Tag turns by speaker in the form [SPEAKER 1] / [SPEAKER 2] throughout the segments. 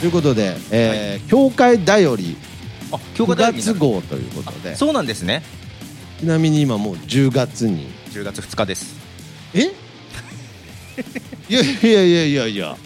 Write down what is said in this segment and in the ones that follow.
[SPEAKER 1] ということで、えー教会だより
[SPEAKER 2] あ教科
[SPEAKER 1] 9
[SPEAKER 2] 大学にな
[SPEAKER 1] 月
[SPEAKER 2] る
[SPEAKER 1] 号ということで
[SPEAKER 2] あそうなんですね
[SPEAKER 1] ちなみに今もう10月に
[SPEAKER 2] 10月2日です
[SPEAKER 1] え いやいやいやいやいや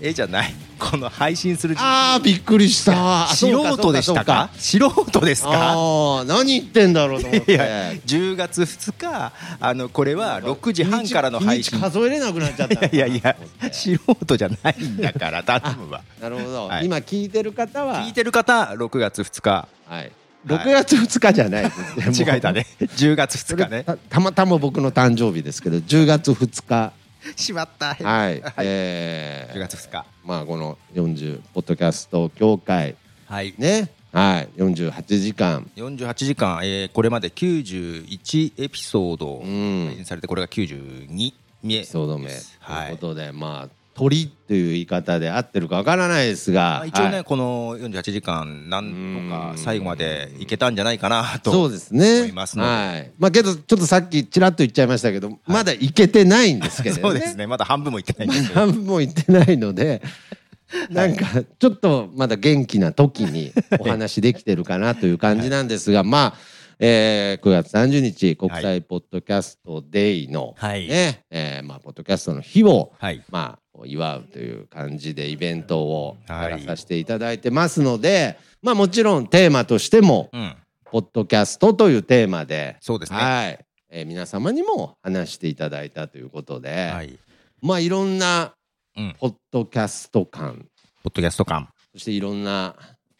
[SPEAKER 2] えじゃないこの配信する時
[SPEAKER 1] あーびっくりした
[SPEAKER 2] 素人でしたか素人ですか
[SPEAKER 1] ああー何言ってんだろうと思っ
[SPEAKER 2] い
[SPEAKER 1] て
[SPEAKER 2] や10月2日あのこれは6時半からの配信
[SPEAKER 1] 日にち数えれなくなっちゃったのかない
[SPEAKER 2] やいや
[SPEAKER 1] と思って
[SPEAKER 2] 素人じゃないんだから頼むわ
[SPEAKER 1] なるほど、
[SPEAKER 2] はい
[SPEAKER 1] 今聞いてる方は
[SPEAKER 2] 聞いてる方6月2日
[SPEAKER 1] はい、6月2日じゃないですね
[SPEAKER 2] 違いだね10月
[SPEAKER 1] そ
[SPEAKER 2] 2
[SPEAKER 1] れ
[SPEAKER 2] 日ね
[SPEAKER 1] た たまたま僕の誕生日ですけど10月2日
[SPEAKER 2] しまった
[SPEAKER 1] はい、
[SPEAKER 2] はい
[SPEAKER 1] え
[SPEAKER 2] 10
[SPEAKER 1] ー
[SPEAKER 2] 月2日
[SPEAKER 1] まあこの40ポッドキャスト協会
[SPEAKER 2] はい
[SPEAKER 1] ねはい48時間
[SPEAKER 2] 48時間、えーこれまで91エピソード
[SPEAKER 1] うん
[SPEAKER 2] 配信されてこれが92目
[SPEAKER 1] エピソード目と
[SPEAKER 2] ですはいいう
[SPEAKER 1] ことで、まあ鳥っていう言い方で合ってるかわからないですが、
[SPEAKER 2] まあ一応ね、
[SPEAKER 1] はい
[SPEAKER 2] この48時間なんとか
[SPEAKER 1] うん
[SPEAKER 2] 最後までいけたんじゃないかなと
[SPEAKER 1] そうですね
[SPEAKER 2] 思いますので
[SPEAKER 1] はいまあけどちょっとさっきちらっと言っちゃいましたけど、まだいけてないんですけどね
[SPEAKER 2] そうですねまだ半分もいってないん ですけど
[SPEAKER 1] 半分も言ってないので、なんかちょっとまだ元気な時にお話できてるかなという感じなんですが、まあ、えー9月30日国際ポッドキャストデイの、
[SPEAKER 2] はい
[SPEAKER 1] ねえーまあ、ポッドキャストの日を、
[SPEAKER 2] はい
[SPEAKER 1] まあ、祝うという感じでイベントを
[SPEAKER 2] は
[SPEAKER 1] や
[SPEAKER 2] い
[SPEAKER 1] らさせていただいてますので、まあ、もちろんテーマとしても
[SPEAKER 2] うん
[SPEAKER 1] 「ポッドキャスト」というテーマで
[SPEAKER 2] そうですねは
[SPEAKER 1] はいえー皆様にも話していただいたということで。
[SPEAKER 2] い、
[SPEAKER 1] まあいろんな
[SPEAKER 2] うん
[SPEAKER 1] ポッドキャスト感、
[SPEAKER 2] ポッドキャスト感
[SPEAKER 1] そしていろんな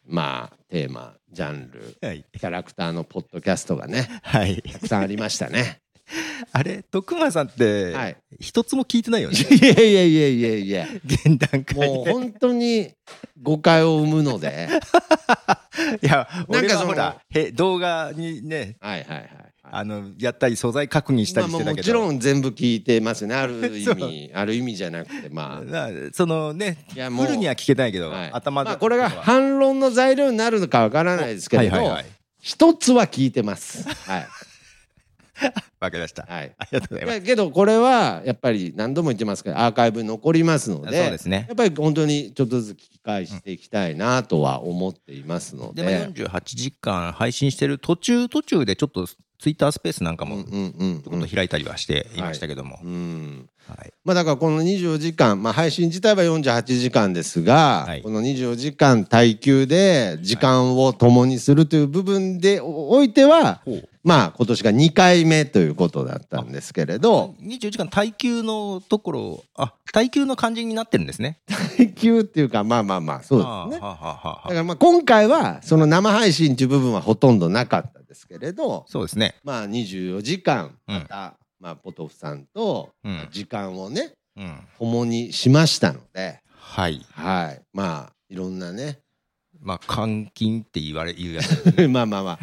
[SPEAKER 1] まあテーマジャンル
[SPEAKER 2] はい
[SPEAKER 1] キャラクターのポッドキャストが ね
[SPEAKER 2] はい
[SPEAKER 1] たくさんありましたね。
[SPEAKER 2] あれ徳間さんって、
[SPEAKER 1] はい
[SPEAKER 2] 一つも聞いてない よね
[SPEAKER 1] いやいやいやいやいや
[SPEAKER 2] 現段階
[SPEAKER 1] もう本当に誤解を生むので
[SPEAKER 2] いや
[SPEAKER 1] なん
[SPEAKER 2] 俺
[SPEAKER 1] かそ
[SPEAKER 2] は
[SPEAKER 1] の
[SPEAKER 2] ほらへ動画にね
[SPEAKER 1] はいはいはい。
[SPEAKER 2] あのやったり素材確認した
[SPEAKER 1] まあ
[SPEAKER 2] り
[SPEAKER 1] も
[SPEAKER 2] して
[SPEAKER 1] う
[SPEAKER 2] た
[SPEAKER 1] も
[SPEAKER 2] け
[SPEAKER 1] ち
[SPEAKER 2] ど、
[SPEAKER 1] ろん全部聞いてますねある意
[SPEAKER 2] そう
[SPEAKER 1] 味ある意味じゃなくてまあ。
[SPEAKER 2] なそのね
[SPEAKER 1] いやもう
[SPEAKER 2] フルには聞けないけど、
[SPEAKER 1] はい
[SPEAKER 2] 頭
[SPEAKER 1] ま
[SPEAKER 2] で
[SPEAKER 1] あ、これが反論の材料になるのかわからないですけれど、
[SPEAKER 2] はいはいはい
[SPEAKER 1] 一つは聞いてます。はい、
[SPEAKER 2] わかりました、
[SPEAKER 1] はい
[SPEAKER 2] ありがとうござい
[SPEAKER 1] い
[SPEAKER 2] ます
[SPEAKER 1] やけどこれはやっぱり何度も言ってますけどアーカイブに残りますので
[SPEAKER 2] そうですね
[SPEAKER 1] やっぱり本当にちょっとずつ聞き返していきたいなとは思っていますので
[SPEAKER 2] で、まあ、48時間配信してる途中途中でちょっとツイッタースペースなんかも
[SPEAKER 1] うん
[SPEAKER 2] ち
[SPEAKER 1] うんうん
[SPEAKER 2] ょこっと開いたりはしていましたけども、
[SPEAKER 1] うん
[SPEAKER 2] はい
[SPEAKER 1] まあだからこの24時間、まあ、配信自体は48時間ですが、
[SPEAKER 2] はい
[SPEAKER 1] この24時間耐久で時間を共にするという部分でおいては、
[SPEAKER 2] ほう
[SPEAKER 1] まあ今年が2回目ということだったんですけれど
[SPEAKER 2] 24時間耐久のところあ耐久の感じになってるんですね
[SPEAKER 1] 耐久っていうかまあまあまあそうですね。
[SPEAKER 2] ああはあはあはあ
[SPEAKER 1] だからまあ今回はその生配信という部分はほとんどなかったですけれど、
[SPEAKER 2] そうですね
[SPEAKER 1] まあ、24時間
[SPEAKER 2] うん
[SPEAKER 1] また、まあ、ポトフさんと
[SPEAKER 2] うん
[SPEAKER 1] 時間をね
[SPEAKER 2] うん
[SPEAKER 1] 共にしましたので、
[SPEAKER 2] はい
[SPEAKER 1] はい、まあいろんなね
[SPEAKER 2] まあ監禁って言われ言うや つ
[SPEAKER 1] まあまあまあ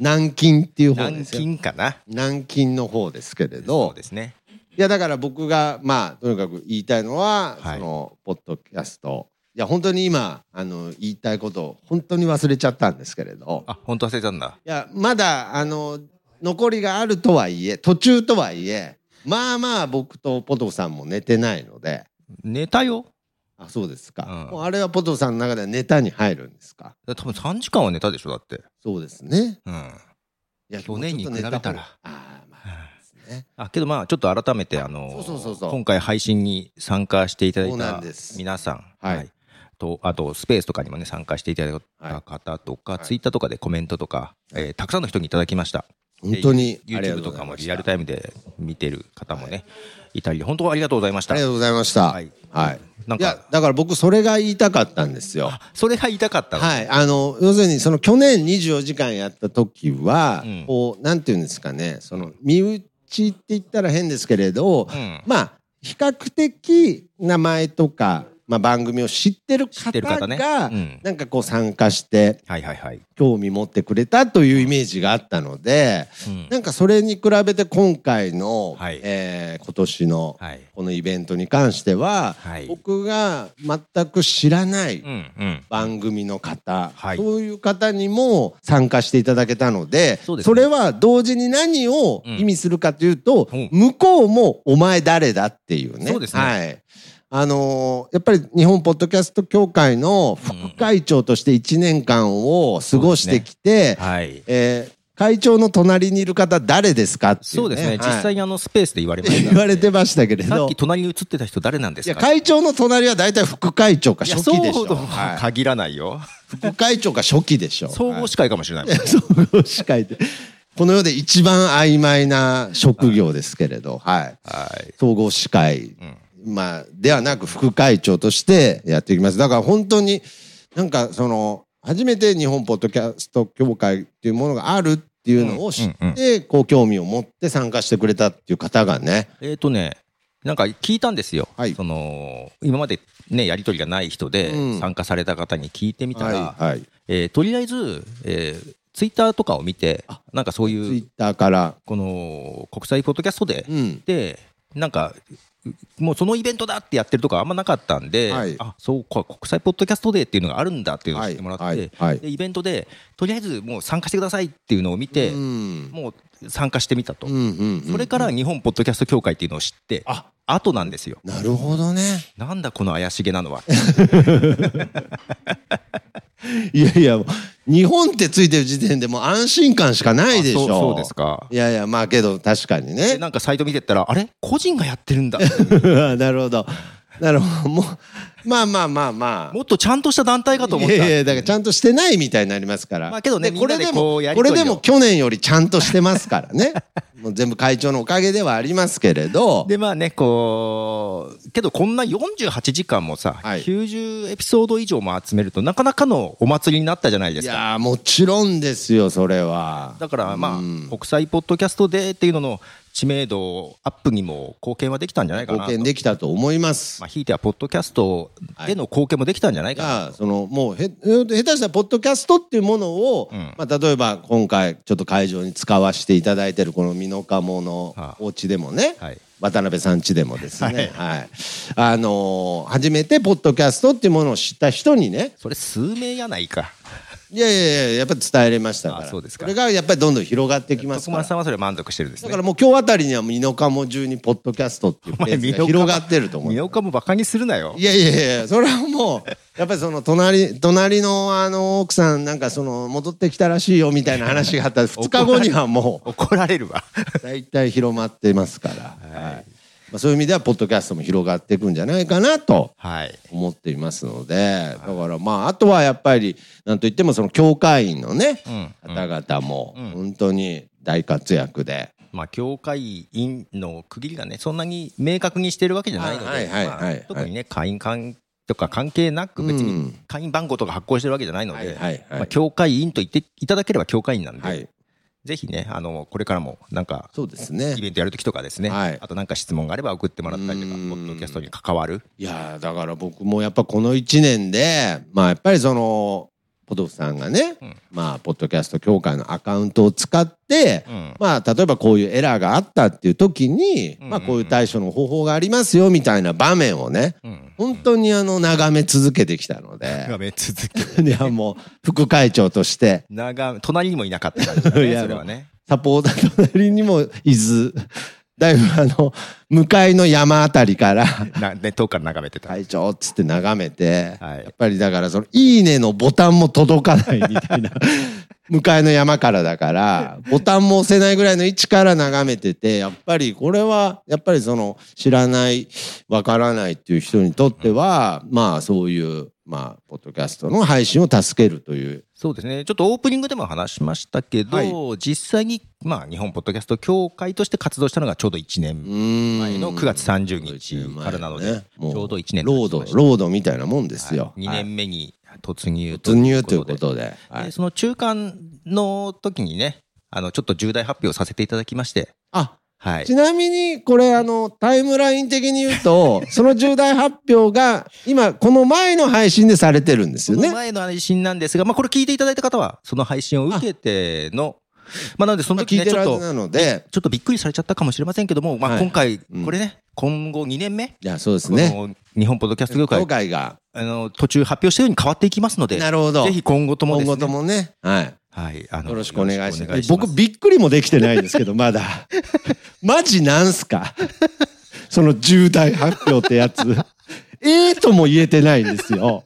[SPEAKER 1] 軟禁っていう方
[SPEAKER 2] 軟
[SPEAKER 1] ですよ
[SPEAKER 2] 禁かな
[SPEAKER 1] 軟禁の方ですけれ
[SPEAKER 2] そ
[SPEAKER 1] ど
[SPEAKER 2] うですね
[SPEAKER 1] いやだから僕がまあとにかく言いたいのは、
[SPEAKER 2] はい
[SPEAKER 1] そのポッドキャストいや本当に今あの言いたいことを本当に忘れちゃったんですけれど
[SPEAKER 2] あ本当忘れたんだ
[SPEAKER 1] いやまだあの残りがあるとはいえ途中とはいえまあまあ僕とポトフさんも寝てないので
[SPEAKER 2] 寝たよ
[SPEAKER 1] あそうですか、
[SPEAKER 2] うん
[SPEAKER 1] もうあれはポトフさんの中ではネタに入るんですか
[SPEAKER 2] 多分3時間は寝たでしょだって
[SPEAKER 1] そうですね
[SPEAKER 2] うん
[SPEAKER 1] いや
[SPEAKER 2] 去年に比べた
[SPEAKER 1] も
[SPEAKER 2] ら
[SPEAKER 1] うちょっとネタ方あーまあですね
[SPEAKER 2] あけどまあちょっと改めてあの
[SPEAKER 1] そうそうそうそう
[SPEAKER 2] 今回配信に参加していただ
[SPEAKER 1] そ
[SPEAKER 2] いう
[SPEAKER 1] なん
[SPEAKER 2] た
[SPEAKER 1] です
[SPEAKER 2] 皆さん、
[SPEAKER 1] はい
[SPEAKER 2] とあとスペースとかにもね参加していただいた方とか、
[SPEAKER 1] はい
[SPEAKER 2] ツイッターとかでコメントとか、えーたくさんの人にいただきました
[SPEAKER 1] 本当にありがと
[SPEAKER 2] YouTube と
[SPEAKER 1] うござ
[SPEAKER 2] か
[SPEAKER 1] い
[SPEAKER 2] も
[SPEAKER 1] まし
[SPEAKER 2] リ
[SPEAKER 1] た
[SPEAKER 2] アルタイムで見てる方もね、い、たり本当ありがとうございまし
[SPEAKER 1] あ
[SPEAKER 2] た
[SPEAKER 1] りがとうございましたは
[SPEAKER 2] はいい、
[SPEAKER 1] な
[SPEAKER 2] なんん
[SPEAKER 1] か
[SPEAKER 2] か
[SPEAKER 1] いやだから僕それが言いたかったんですよ
[SPEAKER 2] それが言いたかったの、
[SPEAKER 1] はい、あの要するにその去年24時間やった時は、
[SPEAKER 2] うん
[SPEAKER 1] こうなんていうんですかねその身内って言ったら変ですけれど、
[SPEAKER 2] うん
[SPEAKER 1] まあ比較的名前とか、まあ、番組を知ってる
[SPEAKER 2] 知って
[SPEAKER 1] 方
[SPEAKER 2] る方ね
[SPEAKER 1] が、
[SPEAKER 2] うん
[SPEAKER 1] なんかこう参加して
[SPEAKER 2] はいはいはい、
[SPEAKER 1] 興味持ってくれたというイメージがあったので、
[SPEAKER 2] うん
[SPEAKER 1] なんかそれに比べて今回の、
[SPEAKER 2] はい
[SPEAKER 1] えー今年の
[SPEAKER 2] はい
[SPEAKER 1] このイベントに関しては、
[SPEAKER 2] はい
[SPEAKER 1] 僕が全く知らない、
[SPEAKER 2] うんうん
[SPEAKER 1] 番組の方、
[SPEAKER 2] はい
[SPEAKER 1] そういう方にも参加していただけたので
[SPEAKER 2] そうですね
[SPEAKER 1] れは同時に何を意味するかというと、
[SPEAKER 2] うん
[SPEAKER 1] 向こうも「お前誰だ?」っていうね
[SPEAKER 2] そうですね
[SPEAKER 1] はい、あのーやっぱり日本ポッドキャスト協会の副会長として1年間を過ごしてきて、
[SPEAKER 2] はい。
[SPEAKER 1] えー会長の隣にいる方誰ですかってい
[SPEAKER 2] そうですね。
[SPEAKER 1] はい
[SPEAKER 2] 実際にあのスペースで言われました。
[SPEAKER 1] 言われてましたけれ
[SPEAKER 2] さっ
[SPEAKER 1] ど
[SPEAKER 2] き。隣に映ってた人誰なんで
[SPEAKER 1] い
[SPEAKER 2] す
[SPEAKER 1] や
[SPEAKER 2] か
[SPEAKER 1] 会長の隣は大体副会長か
[SPEAKER 2] いや
[SPEAKER 1] 初期でし
[SPEAKER 2] そう
[SPEAKER 1] ょ、
[SPEAKER 2] と
[SPEAKER 1] は
[SPEAKER 2] はい限らな いよ。
[SPEAKER 1] 副会長か初期でしょ
[SPEAKER 2] 総合司会かもしれないもん。
[SPEAKER 1] 総合司会ってこの世で一番曖昧な職業ですけれど、はい、
[SPEAKER 2] はい。
[SPEAKER 1] 総合司会、まあ、ではなく副会長としてやっていきますだから本当になんかその初めて日本ポッドキャスト協会っていうものがあるっていうのを知って、
[SPEAKER 2] うんう
[SPEAKER 1] こう興味を持って参加してくれたっていう方がね
[SPEAKER 2] えっ、とね、なんか聞いたんですよ。
[SPEAKER 1] はい
[SPEAKER 2] その、今までね、やりとりがない人
[SPEAKER 1] うん
[SPEAKER 2] で参加された方に聞いてみたら、
[SPEAKER 1] はい、はい、ツ
[SPEAKER 2] えーとりあえず、えツイッターとかを見て、なんかそう
[SPEAKER 1] イ
[SPEAKER 2] いう
[SPEAKER 1] ッ、ターから、
[SPEAKER 2] この国際ポッドキャストで、
[SPEAKER 1] うん、
[SPEAKER 2] で、なんか、うもうそのイベントだってやってるとかあんまなかったんで、
[SPEAKER 1] はい
[SPEAKER 2] あそうか、国際ポッドキャストデーっていうのがあるんだっていうのを知ってもらって、
[SPEAKER 1] はいはいはい
[SPEAKER 2] でイベントで、とりあえずもう参加してくださいっていうのを見て、
[SPEAKER 1] うん
[SPEAKER 2] もう参加してみたと、
[SPEAKER 1] うんうんうん
[SPEAKER 2] それから日本ポッドキャスト協会っていうのを知って、
[SPEAKER 1] あ
[SPEAKER 2] 後なんですよ。
[SPEAKER 1] なるほどね
[SPEAKER 2] なんだこの怪しげなのは。
[SPEAKER 1] いやいや、もう日本ってついてる時点でもう安心感しか ないでしょ。
[SPEAKER 2] あそうそうですか。
[SPEAKER 1] いやいや、まあけど確かに
[SPEAKER 2] で
[SPEAKER 1] ね。
[SPEAKER 2] なんかサイト見てったら、あれ個人がやってるん だ。
[SPEAKER 1] なるほど。なるほど。もう、まあまあまあまあ。
[SPEAKER 2] もっとちゃんとした団体かと思っ
[SPEAKER 1] い
[SPEAKER 2] た。
[SPEAKER 1] やいや、だからちゃんとしてないみたいになりますから。
[SPEAKER 2] まあけどね
[SPEAKER 1] で
[SPEAKER 2] みん
[SPEAKER 1] こ
[SPEAKER 2] な
[SPEAKER 1] れ
[SPEAKER 2] で
[SPEAKER 1] で
[SPEAKER 2] こ
[SPEAKER 1] も、
[SPEAKER 2] うやり
[SPEAKER 1] こと
[SPEAKER 2] りを
[SPEAKER 1] れでも去年よりちゃんとしてますからね。 もう全部会長のおかげではありますけれど。
[SPEAKER 2] でまあねこうけどこんな48時間もさ、
[SPEAKER 1] はい
[SPEAKER 2] 90エピソード以上も集めるとなかなかのお祭りになったじゃないで
[SPEAKER 1] い
[SPEAKER 2] すか。
[SPEAKER 1] やー、もちろんですよ、それは。
[SPEAKER 2] だからまあ
[SPEAKER 1] うん
[SPEAKER 2] 国際ポッドキャストデーっていうのの知名度アップにも貢献はできたんじゃないかな
[SPEAKER 1] 貢献
[SPEAKER 2] と。
[SPEAKER 1] できたと思います。
[SPEAKER 2] まあ、ひいてはポッドキャストでの貢献もできたんじゃないかな、
[SPEAKER 1] がそのもうへ下手したらポッドキャストっていうものを、
[SPEAKER 2] うん
[SPEAKER 1] まあ、例えば今回ちょっと会場に使わせていただいてるこの美濃加茂の
[SPEAKER 2] はあ
[SPEAKER 1] お家でもね、
[SPEAKER 2] はい
[SPEAKER 1] 渡辺さん家でもですね、はいあのー初めてポッドキャストっていうものを知った人にね
[SPEAKER 2] それ数名やないか
[SPEAKER 1] いやいやいややっぱり伝えれましたから
[SPEAKER 2] あそうですか
[SPEAKER 1] これがやっぱりどんどん広がってきますか
[SPEAKER 2] 徳
[SPEAKER 1] ら
[SPEAKER 2] 丸さんはそれ満足してるんです
[SPEAKER 1] だ
[SPEAKER 2] ね
[SPEAKER 1] からもう今日あたりには美濃加茂中にポッドキャストっていうフレーズが広がってると思う
[SPEAKER 2] 宮岡もバカにするなよ
[SPEAKER 1] いやいやいや、それはもう、やっぱりその隣、隣のあの奥さんなんかその戻ってきたらしいよみたいな話があ ったら、2日後にはも
[SPEAKER 2] 怒られるわ
[SPEAKER 1] う、大体広まってますから。はい。まあ、そういう意味では、ポッドキャストも広がっていくんじゃないかなと
[SPEAKER 2] はい
[SPEAKER 1] 思っていますので、だからまあ、あとはやっぱり、なんといってもその教会員のね、方々も、本当に大活躍で、
[SPEAKER 2] まあ、教会員の区切りがね、そんなに明確にしてるわけじゃないので、
[SPEAKER 1] はいはいはいはい
[SPEAKER 2] まあ特にね、会員間とか関係なく、別
[SPEAKER 1] う
[SPEAKER 2] に
[SPEAKER 1] ん
[SPEAKER 2] 会員番号とか発行してるわけじゃないの
[SPEAKER 1] はいは
[SPEAKER 2] で
[SPEAKER 1] いはい、
[SPEAKER 2] まあ教会員と言っていただければ教会員なん
[SPEAKER 1] は
[SPEAKER 2] で、
[SPEAKER 1] い、
[SPEAKER 2] ぜひね、あのこれからもなんか、
[SPEAKER 1] そうですね
[SPEAKER 2] イ。ベントやるときとかですね、
[SPEAKER 1] はい
[SPEAKER 2] あとなんか質問があれば送ってもらったりとか、ポ
[SPEAKER 1] うん
[SPEAKER 2] ッドキャストに関わる、
[SPEAKER 1] いやーだから僕もやっぱこの1年でまあやっぱりそのポトフさんがね、
[SPEAKER 2] うん
[SPEAKER 1] まあポッドキャスト協会のアカウントを使って、
[SPEAKER 2] うん
[SPEAKER 1] まあ例えばこういうエラーがあったっていう時に、
[SPEAKER 2] うんうんうん
[SPEAKER 1] まあこういう対処の方法がありますよみたいな場面をね
[SPEAKER 2] うん、
[SPEAKER 1] 本当にあの眺め続けてきたので、
[SPEAKER 2] 眺め続 け、
[SPEAKER 1] いやもう副会長として
[SPEAKER 2] 眺め隣にもいなかった感じだ
[SPEAKER 1] い
[SPEAKER 2] ね、
[SPEAKER 1] や
[SPEAKER 2] それはね。
[SPEAKER 1] サポーター隣にも伊豆だいぶあの向かいの山あたりから
[SPEAKER 2] なね遠くから眺めてた。
[SPEAKER 1] 会長っつって眺めて、
[SPEAKER 2] はい
[SPEAKER 1] やっぱりだからその「いいね」のボタンも届かないみたいな向かいの山からだからボタンも押せないぐらいの位置から眺めててやっぱりこれはやっぱりその知らないわからないっていう人にとっては、まあそういうまあポッドキャストの配信を助けるという。
[SPEAKER 2] そうですね。ちょっとオープニングでも話しましたけど、
[SPEAKER 1] はい
[SPEAKER 2] 実際に、まあ、日本ポッドキャスト協会として活動したのがちょうど1
[SPEAKER 1] う
[SPEAKER 2] 年
[SPEAKER 1] ーん
[SPEAKER 2] 前の9月30日からなので、
[SPEAKER 1] ねも
[SPEAKER 2] ちょうど1年
[SPEAKER 1] ロードロードみたいなもんですよ。
[SPEAKER 2] 2年目に突入
[SPEAKER 1] 突入というこ
[SPEAKER 2] で。
[SPEAKER 1] とで。はい
[SPEAKER 2] でその中間の時にね、あの、ちょっと重大発表させていただきまして、
[SPEAKER 1] あ
[SPEAKER 2] はい
[SPEAKER 1] ち。なみに、これ、あの、タイムライン的に言う と、その重大発表が、今、この前の配信でされてるんです
[SPEAKER 2] そ
[SPEAKER 1] よ
[SPEAKER 2] の
[SPEAKER 1] ね。
[SPEAKER 2] 前の配信なんですが、まあ、これ聞いていただいた方は、その配信を受けての、まあ、なので、その
[SPEAKER 1] まあ
[SPEAKER 2] 時
[SPEAKER 1] 聞い
[SPEAKER 2] ね、
[SPEAKER 1] て
[SPEAKER 2] ち
[SPEAKER 1] る
[SPEAKER 2] ょっ
[SPEAKER 1] はず
[SPEAKER 2] と、
[SPEAKER 1] なので、
[SPEAKER 2] ちょっとびっくりされちゃったかもしれませんけども、ま
[SPEAKER 1] は
[SPEAKER 2] あ、
[SPEAKER 1] い
[SPEAKER 2] 今回
[SPEAKER 1] うん、
[SPEAKER 2] これね、今後2年目、
[SPEAKER 1] いや、そうです
[SPEAKER 2] こ
[SPEAKER 1] ね。
[SPEAKER 2] の日本ポッドキャスト業界
[SPEAKER 1] 今回が、
[SPEAKER 2] あの途中発表したように変わっていきますので、
[SPEAKER 1] なるほど。
[SPEAKER 2] ぜひ今後ともで
[SPEAKER 1] 今
[SPEAKER 2] す
[SPEAKER 1] 後
[SPEAKER 2] ね、
[SPEAKER 1] ともね、はい。
[SPEAKER 2] はい、あの
[SPEAKER 1] よろしくお願いし
[SPEAKER 2] よ
[SPEAKER 1] ま
[SPEAKER 2] ろ
[SPEAKER 1] す。
[SPEAKER 2] くお願
[SPEAKER 1] 僕、びっくりもできてないですけど、まだ。 マジなんすかその重大発表ってやつ。 ええとも言えてないんですよ。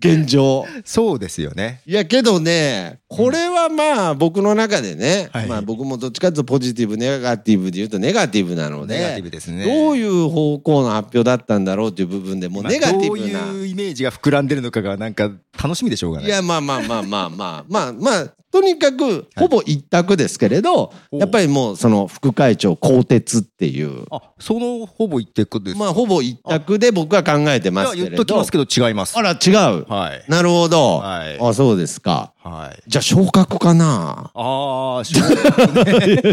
[SPEAKER 1] 現状。
[SPEAKER 2] そうですよね。
[SPEAKER 1] いやけどねこれはまあ僕の中でね、
[SPEAKER 2] はい
[SPEAKER 1] まあ僕もどっちかというとポジティブネガティブで言うとネガティブなので
[SPEAKER 2] ネガティブですね。
[SPEAKER 1] どういう方向の発表だったんだろうという部分でもう
[SPEAKER 2] まあ
[SPEAKER 1] ネガティ
[SPEAKER 2] どう
[SPEAKER 1] ブな、
[SPEAKER 2] いうイメージが膨らんでるのかがなんか楽しみでしょうがない
[SPEAKER 1] いやまあまあまあまあまあまあまあとにかくほぼ一択ですけれど、
[SPEAKER 2] おう
[SPEAKER 1] やっぱりもうその副会長更迭っていう
[SPEAKER 2] あそのほぼ言ってくです、
[SPEAKER 1] まあほぼ一択で僕は考えてます
[SPEAKER 2] い
[SPEAKER 1] け
[SPEAKER 2] や
[SPEAKER 1] れ
[SPEAKER 2] 言っとき
[SPEAKER 1] ど
[SPEAKER 2] ますけど違います
[SPEAKER 1] あら違う
[SPEAKER 2] はい
[SPEAKER 1] なるほど、
[SPEAKER 2] はい
[SPEAKER 1] あそうですか
[SPEAKER 2] はい
[SPEAKER 1] じゃあ昇格かな
[SPEAKER 2] ああしょ う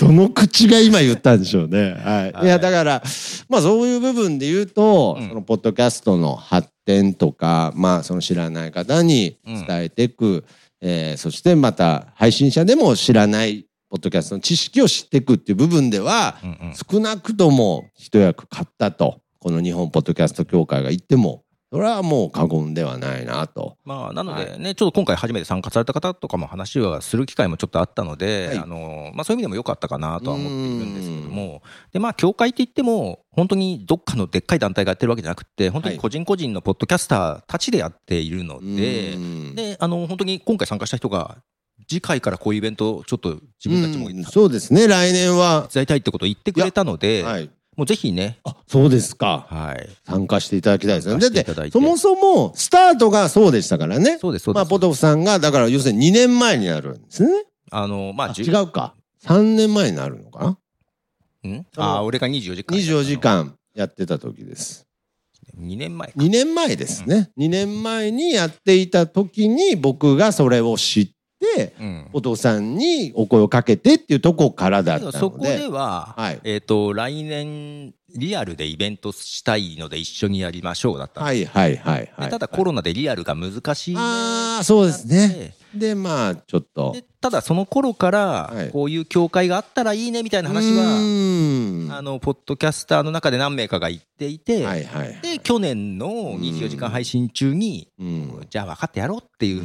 [SPEAKER 1] どの口が今言ったんでしょうね。はい。
[SPEAKER 2] はい
[SPEAKER 1] い、や、だから、まあそういう部分で言うと、
[SPEAKER 2] うん
[SPEAKER 1] そのポッドキャストの発展とか、まあその知らない方に伝えていく、えーそしてまた配信者でも知らないポッドキャストの知識を知っていくっていう部分では、
[SPEAKER 2] うんうん
[SPEAKER 1] 少なくとも一役買ったと、この日本ポッドキャスト協会が言っても、それはもう過言ではないなと。
[SPEAKER 2] まあ、なのでね、ちょっと今回初めて参加された方とかも話はする機会もちょっとあったので、
[SPEAKER 1] はい
[SPEAKER 2] あのまあ、そういう意味でも良かったかなとは思っているんですけども、でまあ、協会って言っても、本当にどっかのでっかい団体がやってるわけじゃなくて、本当に個人個人のポッドキャスターたちでやっているので、
[SPEAKER 1] うん
[SPEAKER 2] であの本当に今回参加した人が、次回からこういうイベント、ちょっと自分たちも
[SPEAKER 1] う
[SPEAKER 2] 手
[SPEAKER 1] ん
[SPEAKER 2] 伝
[SPEAKER 1] そうですね、来年は。
[SPEAKER 2] いたいってことを言ってくれたので、
[SPEAKER 1] はい。
[SPEAKER 2] もうぜひね、
[SPEAKER 1] あ、そうですか。
[SPEAKER 2] はい、
[SPEAKER 1] 参加していただきたいですね。だ
[SPEAKER 2] 参
[SPEAKER 1] っ
[SPEAKER 2] 加して
[SPEAKER 1] て
[SPEAKER 2] いただいて
[SPEAKER 1] そもそもスタートがそうでしたからね。
[SPEAKER 2] そうです、そう
[SPEAKER 1] ま
[SPEAKER 2] で
[SPEAKER 1] あ、
[SPEAKER 2] す、
[SPEAKER 1] ポトフさんが、だから要するに2年前になるんですね。
[SPEAKER 2] あのまあ、
[SPEAKER 1] あ
[SPEAKER 2] じゅ
[SPEAKER 1] 違うか。3年前になるのかなん
[SPEAKER 2] あー俺が24時間、
[SPEAKER 1] ?24 時、間やってた時です。
[SPEAKER 2] 2年前か
[SPEAKER 1] 2年前ですね。2年前にやっていた時に僕がそれを知って、
[SPEAKER 2] うん
[SPEAKER 1] ポトフさんにお声をかけてっていうとこからだったので。
[SPEAKER 2] そこでは、
[SPEAKER 1] はい
[SPEAKER 2] えっ、と、来年、リアルでイベントしたいので一緒にやりましょうだったんで
[SPEAKER 1] はいはいはいはい。
[SPEAKER 2] でただコロナでリアルが難しいね
[SPEAKER 1] ああ、そうですね。で、まあ、ちょっと。
[SPEAKER 2] でただその頃から
[SPEAKER 1] はい
[SPEAKER 2] こういう協会があったらいいねみたいな話は、
[SPEAKER 1] は
[SPEAKER 2] あのポッドキャスターの中で何名かが言っていて、
[SPEAKER 1] はいはいはい。
[SPEAKER 2] で去年の24時間配信中に、
[SPEAKER 1] うん
[SPEAKER 2] じゃあ分かってやろうっていうう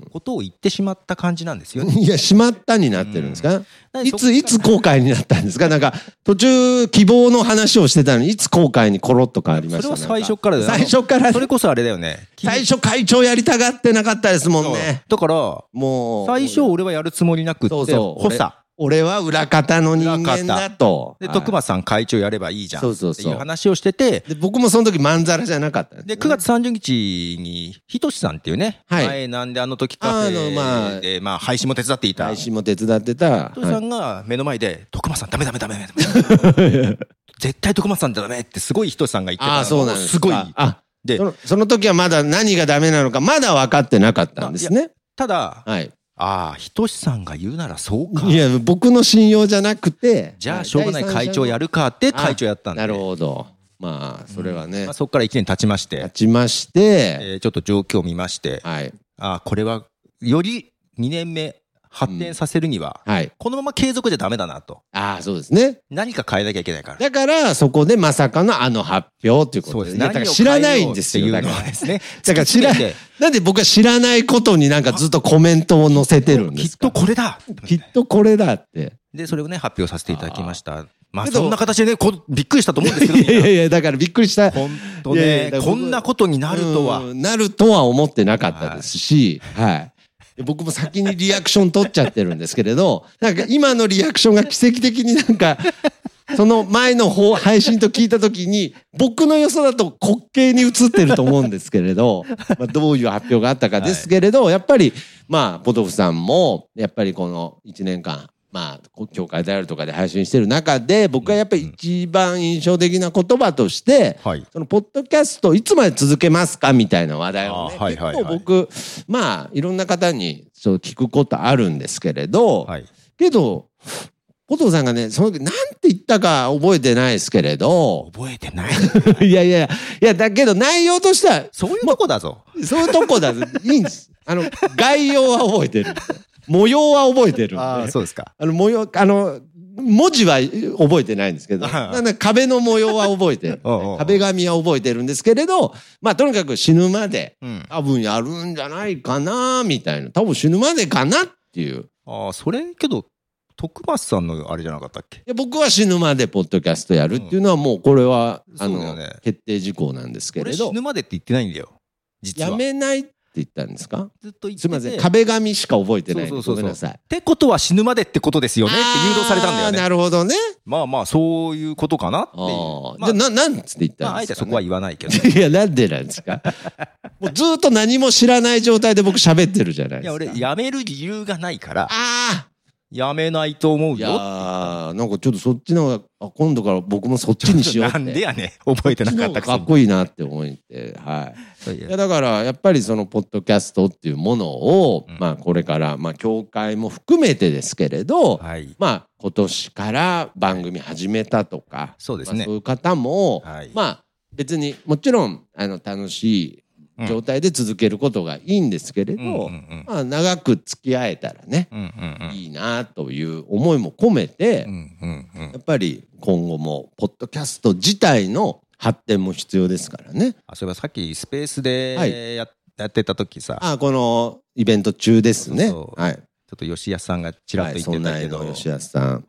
[SPEAKER 2] んことを言ってしまった感じなんですよね。
[SPEAKER 1] いや、しまったになってるんですか、
[SPEAKER 2] だから
[SPEAKER 1] い
[SPEAKER 2] そこか
[SPEAKER 1] つ、
[SPEAKER 2] ら
[SPEAKER 1] いつ後悔になったんですかなんか、途中、希望の話をしてたのに、いつ後悔にコロッと変わりました
[SPEAKER 2] それは
[SPEAKER 1] なん
[SPEAKER 2] 最初からだよ
[SPEAKER 1] 最初から
[SPEAKER 2] そ。れこそあれだよね。
[SPEAKER 1] 最初会長やりたがってなかったですもんね。
[SPEAKER 2] だから
[SPEAKER 1] もう。
[SPEAKER 2] 最初俺はやるつもりなくって
[SPEAKER 1] そうそう
[SPEAKER 2] 補佐
[SPEAKER 1] 俺は裏方の人間だと。
[SPEAKER 2] で
[SPEAKER 1] はい
[SPEAKER 2] 徳間さん会長やればいいじゃん
[SPEAKER 1] そう
[SPEAKER 2] って
[SPEAKER 1] そう
[SPEAKER 2] い
[SPEAKER 1] そう
[SPEAKER 2] う話をしてて
[SPEAKER 1] で僕もその時まんざらじゃなかったんす
[SPEAKER 2] で
[SPEAKER 1] ね
[SPEAKER 2] 9月30日にひとしさんっていうね
[SPEAKER 1] はい
[SPEAKER 2] 前なんであの時カフ
[SPEAKER 1] あのま
[SPEAKER 2] ェ
[SPEAKER 1] あ
[SPEAKER 2] でまあ配信も手伝っていた
[SPEAKER 1] 配
[SPEAKER 2] ひ
[SPEAKER 1] 信も手伝ってた。
[SPEAKER 2] としさ
[SPEAKER 1] はい
[SPEAKER 2] んが目の前で徳間さんダメダメダメダメダ メ絶対徳間さんダメってすごいひとしさんが言ってた
[SPEAKER 1] ああ、そうなん
[SPEAKER 2] の
[SPEAKER 1] で
[SPEAKER 2] を
[SPEAKER 1] す
[SPEAKER 2] すごい
[SPEAKER 1] かあ、
[SPEAKER 2] で
[SPEAKER 1] そのその時はまだ何がダメなのか、まだ分かってなかったんですね。
[SPEAKER 2] ただ
[SPEAKER 1] はい。
[SPEAKER 2] ああひとしさんが言うならそうか
[SPEAKER 1] いや、僕の信用じゃなくて。
[SPEAKER 2] じゃ
[SPEAKER 1] は
[SPEAKER 2] あしょうがない会長や。るかって会長やったんで
[SPEAKER 1] 第三者のなるほど。まあ、それはね
[SPEAKER 2] まあ、、そこから1年経ちまし
[SPEAKER 1] 立
[SPEAKER 2] て
[SPEAKER 1] ちまして、
[SPEAKER 2] えーちょっと状況を見まして
[SPEAKER 1] はい。
[SPEAKER 2] あこれはより2年目発展させるには、
[SPEAKER 1] はい。
[SPEAKER 2] このまま継続じゃダメだなと
[SPEAKER 1] ああ、そうですね。
[SPEAKER 2] 何か変えなきゃいけないから
[SPEAKER 1] だから、そこでまさかのあの発表ということいやだから知らないんですよ。
[SPEAKER 2] 何を
[SPEAKER 1] だ
[SPEAKER 2] 変え
[SPEAKER 1] か
[SPEAKER 2] ようっていうの
[SPEAKER 1] ら
[SPEAKER 2] はです ね
[SPEAKER 1] だから知ら
[SPEAKER 2] 突き詰めて
[SPEAKER 1] なんで僕は知らないことになんかずっとコメントを載せてるんで
[SPEAKER 2] きっ
[SPEAKER 1] すか
[SPEAKER 2] とこれだ
[SPEAKER 1] きっとこれだって。
[SPEAKER 2] でそれをね発表させていただきましたまあ
[SPEAKER 1] けど
[SPEAKER 2] そんな形でねこびっくりしたと思うんですけど
[SPEAKER 1] いやいや
[SPEAKER 2] みん
[SPEAKER 1] いや、だからびっくりした
[SPEAKER 2] な。本当
[SPEAKER 1] いやい
[SPEAKER 2] ね
[SPEAKER 1] やだから
[SPEAKER 2] こ
[SPEAKER 1] 僕
[SPEAKER 2] んなことになるとは
[SPEAKER 1] うんなるとは思ってなかったですし、はい。で僕も先にリアクション取っちゃってるんですけれど、 なんか今のリアクションが奇跡的になんか、 その前の方配信と聞いたときに、僕の予想だと滑稽に映ってると思うんですけれ ど、まあ、どういう発表があったかですけれど、やっぱり、まあ、ポトフさんも、やっぱりこの1年間、まあ、こ教会であるとかで配信してる中で、僕はやっぱり一番印象的な言葉として、
[SPEAKER 2] はい
[SPEAKER 1] そのポッドキャストいつまで続けますかみたいな話題をね、
[SPEAKER 2] あーはいはいはい
[SPEAKER 1] 結構僕まあいろんな方にそう聞くことあるんですけれど、
[SPEAKER 2] はい
[SPEAKER 1] けどお父さんがねその時なんて言ったか覚えてないですけれ ど
[SPEAKER 2] 覚えて ない
[SPEAKER 1] いやいやいやだけど内容としては
[SPEAKER 2] そういうとこだぞ
[SPEAKER 1] そういうとこ だいいんですあの概要は覚えてる模様は覚えてるんで
[SPEAKER 2] ああそうですか
[SPEAKER 1] あの模様あの文字は覚えてないんですけど、
[SPEAKER 2] あー
[SPEAKER 1] なんだ壁の模様は覚えてる。
[SPEAKER 2] おうおうおう
[SPEAKER 1] 壁紙は覚えてるんですけれど、まあとにかく死ぬまで、
[SPEAKER 2] うん
[SPEAKER 1] 多分やるんじゃないかな、みたいな。多分死ぬまでかなっていう。
[SPEAKER 2] ああそれけど徳松さんのあれじゃなかったっけ
[SPEAKER 1] で僕は死ぬまでポッドキャストやるっていうのはもうこれは、あ
[SPEAKER 2] そうだよ
[SPEAKER 1] の、
[SPEAKER 2] ね
[SPEAKER 1] 決定事項なんですけ
[SPEAKER 2] 俺
[SPEAKER 1] れ
[SPEAKER 2] 死
[SPEAKER 1] ど
[SPEAKER 2] ぬまでって言ってないんだよ実は
[SPEAKER 1] やめないって言ったんですか
[SPEAKER 2] ずっと言ってて
[SPEAKER 1] すみません壁紙しか覚えてない
[SPEAKER 2] そうそうそうそう
[SPEAKER 1] ごめんなさい
[SPEAKER 2] ってことは死ぬまでってことですよねって誘導されたんだよ
[SPEAKER 1] あー
[SPEAKER 2] ね
[SPEAKER 1] なるほどね
[SPEAKER 2] まあまあそういうことかなっていう
[SPEAKER 1] ああ、
[SPEAKER 2] まあ
[SPEAKER 1] じゃあななんつって言っ
[SPEAKER 2] まあ
[SPEAKER 1] たん
[SPEAKER 2] あえ
[SPEAKER 1] で
[SPEAKER 2] て
[SPEAKER 1] すか、
[SPEAKER 2] そ
[SPEAKER 1] ね
[SPEAKER 2] こは言わないけど
[SPEAKER 1] いやなんでなんですかもうずっと何も知らない状態で僕喋ってるじゃない
[SPEAKER 2] い
[SPEAKER 1] で
[SPEAKER 2] や
[SPEAKER 1] すか
[SPEAKER 2] 俺辞める理由がないから
[SPEAKER 1] ああ
[SPEAKER 2] 辞めないと思う
[SPEAKER 1] いや
[SPEAKER 2] よ
[SPEAKER 1] ーなんかちょっとそっちの方があ今度から僕もそっちにしようっ
[SPEAKER 2] な
[SPEAKER 1] て
[SPEAKER 2] んでやねん覚えてなかったくせ
[SPEAKER 1] か
[SPEAKER 2] に
[SPEAKER 1] っこいいなって思ってはい
[SPEAKER 2] そうい
[SPEAKER 1] いうやだからやっぱりそのポッドキャストっていうものを、
[SPEAKER 2] うん
[SPEAKER 1] まあこれからまあ協会も含めてですけれど、
[SPEAKER 2] はい
[SPEAKER 1] まあ今年から番組始めたとか、
[SPEAKER 2] そうです
[SPEAKER 1] まあ、
[SPEAKER 2] ね
[SPEAKER 1] そういう方も、
[SPEAKER 2] はい
[SPEAKER 1] まあ別にもちろんあの楽しい状態で続けることがいいんですけれど、
[SPEAKER 2] うんうんうん
[SPEAKER 1] まあ長く付き合えたらね、
[SPEAKER 2] うんうん
[SPEAKER 1] いいなという思いも込めて、
[SPEAKER 2] うんうんうんうん
[SPEAKER 1] やっぱり今後もポッドキャスト自体の発展も必要ですからね。
[SPEAKER 2] あそういえばさっきスペース
[SPEAKER 1] は
[SPEAKER 2] で
[SPEAKER 1] い
[SPEAKER 2] ややってた時さ
[SPEAKER 1] あこのイベント中ですね。
[SPEAKER 2] そうそう
[SPEAKER 1] はい。
[SPEAKER 2] ちょっと吉安さんがちらっと言ってたけど、
[SPEAKER 1] はいそんな
[SPEAKER 2] は
[SPEAKER 1] の
[SPEAKER 2] い、
[SPEAKER 1] 吉田さん。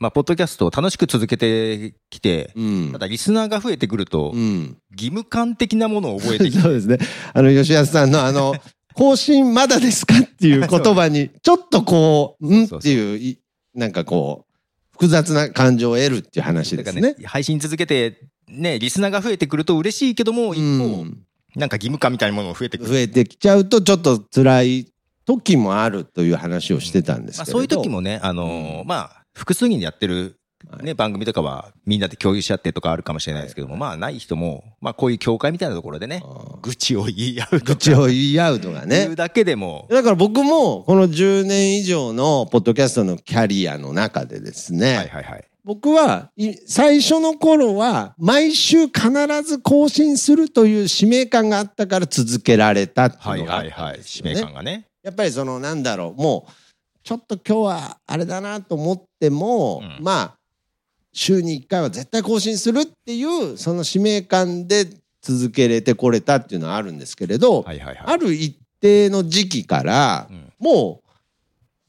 [SPEAKER 2] まあ、ポッドキャストを楽しく続けてきて、
[SPEAKER 1] うん
[SPEAKER 2] た。だリスナーが増えてくると、
[SPEAKER 1] うん。
[SPEAKER 2] 義務感的なものを覚えてきて、
[SPEAKER 1] そうですね。あの、吉安さんのあ の、更新まだですかっていう言葉に、ちょっとこう、んっ
[SPEAKER 2] そうそう
[SPEAKER 1] ていうい、なんかこう、複雑な感情を得るっていう話で
[SPEAKER 2] だか
[SPEAKER 1] す
[SPEAKER 2] らね
[SPEAKER 1] ね。
[SPEAKER 2] 配信続けて、ね、リスナーが増えてくると嬉しいけども、
[SPEAKER 1] う
[SPEAKER 2] 一方、
[SPEAKER 1] ん。
[SPEAKER 2] なんか義務感みたいなものも増えてくる。
[SPEAKER 1] 増えてきちゃうと、ちょっと辛い時もあるという話をしてたんです
[SPEAKER 2] まあ、
[SPEAKER 1] けれど。
[SPEAKER 2] そういう時もね、あのー
[SPEAKER 1] うん
[SPEAKER 2] まあ、複数人でやってる、
[SPEAKER 1] はい、
[SPEAKER 2] ね、番組とかは、みんなで共有し合ってとかあるかもしれないですけども、まあ、ない人も、まあ、こういう協会みたいなところでね
[SPEAKER 1] あ、ー
[SPEAKER 2] 愚痴を言い合うと
[SPEAKER 1] 愚
[SPEAKER 2] か、
[SPEAKER 1] 痴を言い合うとか
[SPEAKER 2] 言
[SPEAKER 1] ね
[SPEAKER 2] う。だけでも、
[SPEAKER 1] だから僕も、この10年以上のポッドキャストのキャリアの中でですね、
[SPEAKER 2] はいはいはい。
[SPEAKER 1] 僕はい最初の頃は毎週必ず更新するという使命感があったから続けられたって
[SPEAKER 2] は
[SPEAKER 1] いう
[SPEAKER 2] い
[SPEAKER 1] のがあ
[SPEAKER 2] は
[SPEAKER 1] っ
[SPEAKER 2] い
[SPEAKER 1] た
[SPEAKER 2] は
[SPEAKER 1] ん
[SPEAKER 2] い。
[SPEAKER 1] です
[SPEAKER 2] 使
[SPEAKER 1] よね
[SPEAKER 2] 命感がね。
[SPEAKER 1] やっぱりそのなんだろうもうちょっと今日はあれだなと思っても、
[SPEAKER 2] うん
[SPEAKER 1] まあ週に1回は絶対更新するっていうその使命感で続けれてこれたっていうのはあるんですけれど、
[SPEAKER 2] はいはいはい。
[SPEAKER 1] ある一定の時期から、
[SPEAKER 2] うん
[SPEAKER 1] もう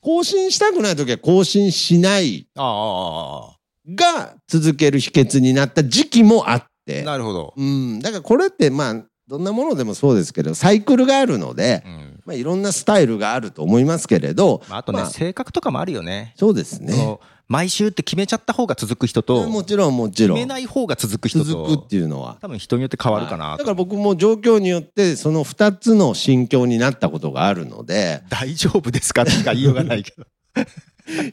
[SPEAKER 1] 更新したくない時は更新しない
[SPEAKER 2] あああああ
[SPEAKER 1] が続ける秘訣になった時期もあっ
[SPEAKER 2] あ、
[SPEAKER 1] て。
[SPEAKER 2] なるほど。
[SPEAKER 1] うん。だからこれってまあ、どんなものでもそうですけど、サイクルがあるので、
[SPEAKER 2] うん
[SPEAKER 1] まあいろんなスタイルがあると思いますけれど、
[SPEAKER 2] まあ、あとね、
[SPEAKER 1] まあ
[SPEAKER 2] 性格とかもあるよね。
[SPEAKER 1] そうです
[SPEAKER 2] そ
[SPEAKER 1] ね。
[SPEAKER 2] の毎週って決めちゃった方が続く人と、
[SPEAKER 1] も
[SPEAKER 2] 決
[SPEAKER 1] ちろんもちろ
[SPEAKER 2] め
[SPEAKER 1] ん。
[SPEAKER 2] ない方が続く人
[SPEAKER 1] 続くっ
[SPEAKER 2] と
[SPEAKER 1] て、いうのは。
[SPEAKER 2] 多分人によって変わるか
[SPEAKER 1] は
[SPEAKER 2] ない
[SPEAKER 1] だ。から僕も状況によって、その2つの心境になったことがあるので、
[SPEAKER 2] 大丈夫ですかとか言いようがない けど。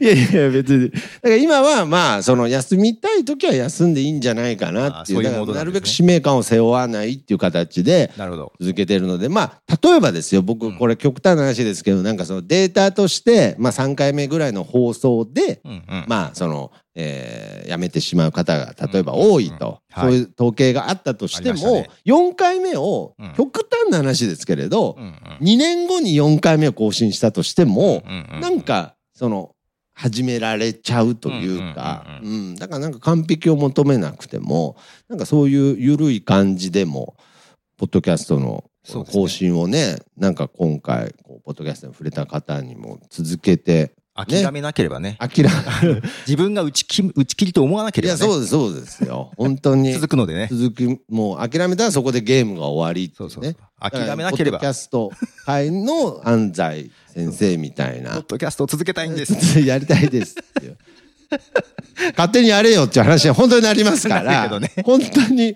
[SPEAKER 1] いやいや別に。だから今はまあ、その休みたい時は休んでいいんじゃないかなっていう。
[SPEAKER 2] あそういう
[SPEAKER 1] だか
[SPEAKER 2] モード
[SPEAKER 1] ら
[SPEAKER 2] な
[SPEAKER 1] なんるべ
[SPEAKER 2] ですね
[SPEAKER 1] く使命感を背負わないっていう形で、
[SPEAKER 2] なるほど。
[SPEAKER 1] 続けてるので、まあ、例えばですよ、
[SPEAKER 2] う
[SPEAKER 1] 僕、
[SPEAKER 2] ん
[SPEAKER 1] これ極端な話ですけど、なんかそのデータとして、まあ3回目ぐらいの放送で、
[SPEAKER 2] うんうん。
[SPEAKER 1] まあ、その、えー、やめてしまう方が、例えば多いと、
[SPEAKER 2] うんうん
[SPEAKER 1] そういう統計があったとして
[SPEAKER 2] ありま
[SPEAKER 1] も、
[SPEAKER 2] し
[SPEAKER 1] 4回目を
[SPEAKER 2] うん、
[SPEAKER 1] 極端な話ですけれど
[SPEAKER 2] う、んうん
[SPEAKER 1] 2年後に4回目を更新したとしても、
[SPEAKER 2] うんうん
[SPEAKER 1] なんか、その、始められちゃうというか、
[SPEAKER 2] う
[SPEAKER 1] うん、だからなんか完璧を求めなくても、なんかそういう緩い感じでも、ポッドキャストの
[SPEAKER 2] そうですね
[SPEAKER 1] 更新をね、なんか今回、こうポッドキャストに触れた方にも続けて、
[SPEAKER 2] 諦めなければね。
[SPEAKER 1] 諦め、
[SPEAKER 2] 自分が打ち切打ち切りと思わなけ
[SPEAKER 1] い
[SPEAKER 2] れば
[SPEAKER 1] や、
[SPEAKER 2] ね。
[SPEAKER 1] そうです、そうですよ。本当に。
[SPEAKER 2] 続くのでね。
[SPEAKER 1] 続き、もう諦めたらそこでゲームが終わりって
[SPEAKER 2] そう
[SPEAKER 1] い
[SPEAKER 2] そううそう
[SPEAKER 1] ね。。
[SPEAKER 2] 諦めなければ。
[SPEAKER 1] だからポッド
[SPEAKER 2] ポ
[SPEAKER 1] キャスト界の安西先生みたいな
[SPEAKER 2] ッ。ドキャストを続けたいんで す。
[SPEAKER 1] やりたいですっていう。勝手にやれよっていう話に本当になりますか
[SPEAKER 2] なる
[SPEAKER 1] ら、
[SPEAKER 2] けどね
[SPEAKER 1] 本当に、